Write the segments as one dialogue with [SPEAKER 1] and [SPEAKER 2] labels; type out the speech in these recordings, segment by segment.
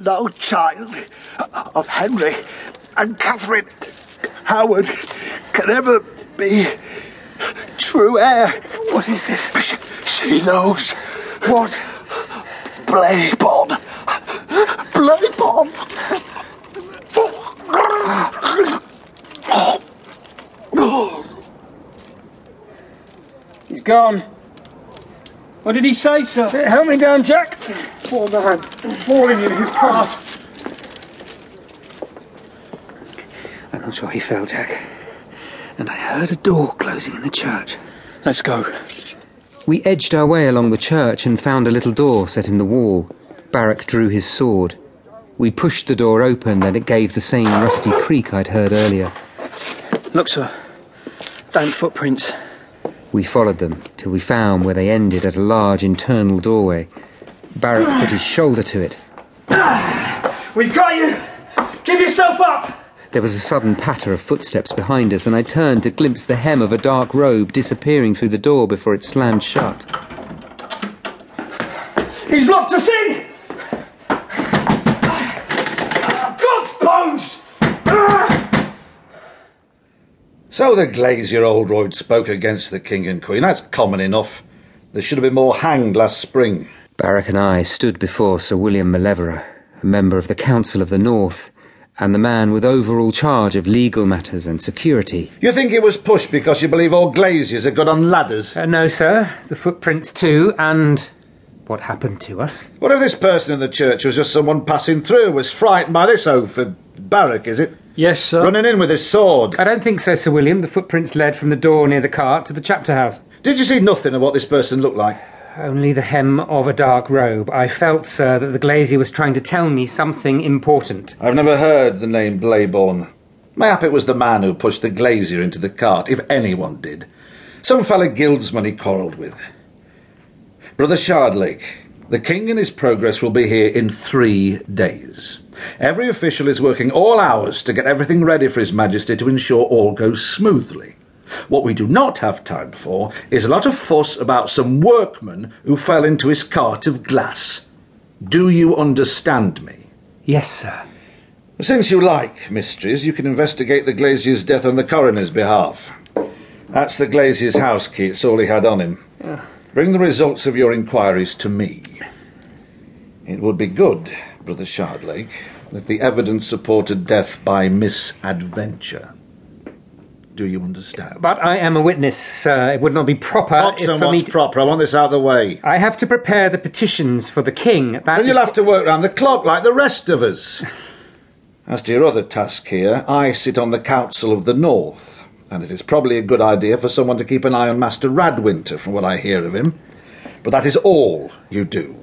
[SPEAKER 1] thou child of Henry and Catherine Howard can ever be true heir. What is this? She, she knows.
[SPEAKER 2] What?
[SPEAKER 1] Blaybon. Blaybon.
[SPEAKER 2] He's gone. What did he say, sir? Help me down, Jack. Poor man, falling in his cart.
[SPEAKER 3] I'm not sure he fell, Jack. And I heard a door closing in the church.
[SPEAKER 2] Let's go.
[SPEAKER 3] We edged our way along the church and found a little door set in the wall. Barrack drew his sword. We pushed the door open and it gave the same rusty creak I'd heard earlier.
[SPEAKER 2] Look, sir. Damn footprints.
[SPEAKER 3] We followed them till we found where they ended at a large internal doorway. Barrack put his shoulder to it.
[SPEAKER 2] We've got you! Give yourself up!
[SPEAKER 3] There was a sudden patter of footsteps behind us, and I turned to glimpse the hem of a dark robe disappearing through the door before it slammed shut.
[SPEAKER 2] He's locked us in! God's bones!
[SPEAKER 4] So the glazier Oldroyd spoke against the king and queen. That's common enough. There should have been more hanged last spring.
[SPEAKER 3] Barrack and I stood before Sir William Maleverer, a member of the Council of the North, and the man with overall charge of legal matters and security.
[SPEAKER 4] You think it was pushed because you believe all glaziers are good on ladders?
[SPEAKER 3] Uh, no, sir. The footprints, too, and what happened to us.
[SPEAKER 4] What if this person in the church was just someone passing through, was frightened by this Oaford barrack, is it?
[SPEAKER 2] Yes, sir.
[SPEAKER 4] Running in with his sword.
[SPEAKER 3] I don't think so, Sir William. The footprints led from the door near the cart to the chapter house.
[SPEAKER 4] Did you see nothing of what this person looked like?
[SPEAKER 3] Only the hem of a dark robe. I felt, sir, that the glazier was trying to tell me something important.
[SPEAKER 4] I've never heard the name Blayborn. Mayhap it was the man who pushed the glazier into the cart, if anyone did. Some fellow guildsman he quarrelled with. Brother Shardlake, the king and his progress will be here in three days. Every official is working all hours to get everything ready for His Majesty to ensure all goes smoothly. What we do not have time for is a lot of fuss about some workman who fell into his cart of glass. Do you understand me?
[SPEAKER 3] Yes, sir.
[SPEAKER 4] Since you like mysteries, you can investigate the glazier's death on the coroner's behalf. That's the glazier's house key, it's all he had on him. Bring the results of your inquiries to me. It would be good, Brother Shardlake, if the evidence supported death by misadventure. Do you understand?
[SPEAKER 3] But I am a witness, sir. It would not be proper
[SPEAKER 4] Pops
[SPEAKER 3] Uh, if
[SPEAKER 4] and
[SPEAKER 3] for
[SPEAKER 4] what's
[SPEAKER 3] me. To...
[SPEAKER 4] proper, I want this out of the way.
[SPEAKER 3] I have to prepare the petitions for the king. That
[SPEAKER 4] Then
[SPEAKER 3] is-
[SPEAKER 4] you'll have to work round the clock like the rest of us. As to your other task here, I sit on the Council of the North, and it is probably a good idea for someone to keep an eye on Master Radwinter, from what I hear of him. But that is all you do.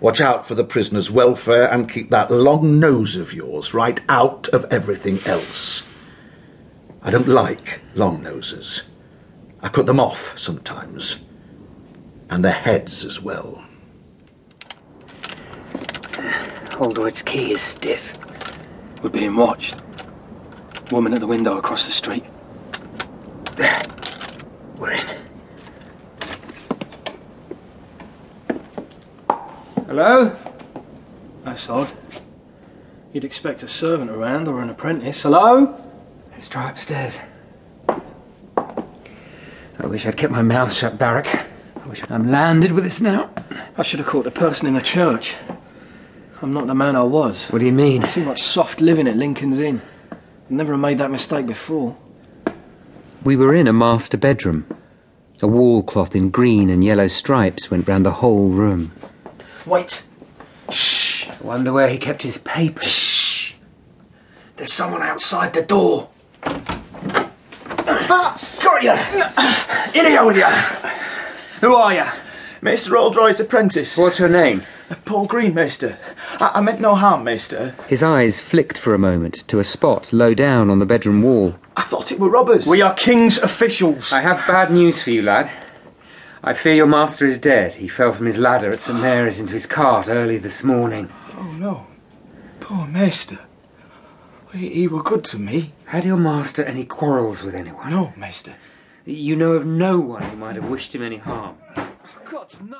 [SPEAKER 4] Watch out for the prisoner's welfare and keep that long nose of yours right out of everything else. I don't like long noses. I cut them off sometimes, and their heads as well.
[SPEAKER 5] Holdroyd's key is stiff.
[SPEAKER 6] We're being watched. Woman at the window across the street.
[SPEAKER 5] We're in.
[SPEAKER 2] Hello?
[SPEAKER 6] That's odd. You'd expect a servant around or an apprentice. Hello?
[SPEAKER 3] Let's try upstairs. I wish I'd kept my mouth shut, Barrack. I wish I'm landed with this now.
[SPEAKER 6] I should have caught the person in the church. I'm not the man I was.
[SPEAKER 3] What do you mean?
[SPEAKER 6] Too much soft living at Lincoln's Inn. I'd never made that mistake before.
[SPEAKER 3] We were in a master bedroom. A wall cloth in green and yellow stripes went round the whole room.
[SPEAKER 6] Wait,
[SPEAKER 3] I wonder where he kept his papers.
[SPEAKER 6] there's someone outside the door. Ah,
[SPEAKER 2] Got you! In here with you! Who are you?
[SPEAKER 7] Mr. Oldroyd's apprentice,
[SPEAKER 3] What's her name?
[SPEAKER 7] Paul Green, Maester. I, I meant no harm, Maester.
[SPEAKER 3] His eyes flicked for a moment to a spot low down on the bedroom wall.
[SPEAKER 7] I thought it were robbers.
[SPEAKER 2] We are King's officials.
[SPEAKER 3] I have bad news for you, lad. I fear your master is dead. He fell from his ladder at St Mary's into his cart early this morning.
[SPEAKER 7] Oh no, poor Maester. He, he were good to me.
[SPEAKER 3] Had your master any quarrels with anyone?
[SPEAKER 7] No, Maester.
[SPEAKER 3] You know of no one who might have wished him any harm.
[SPEAKER 6] God's name.